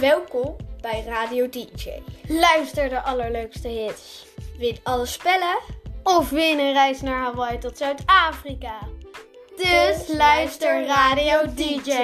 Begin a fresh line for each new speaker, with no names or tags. Welkom bij Radio DJ.
Luister de allerleukste hits.
Win alle spellen.
Of win een reis naar Hawaii tot Zuid-Afrika. Dus luister Dus Radio DJ.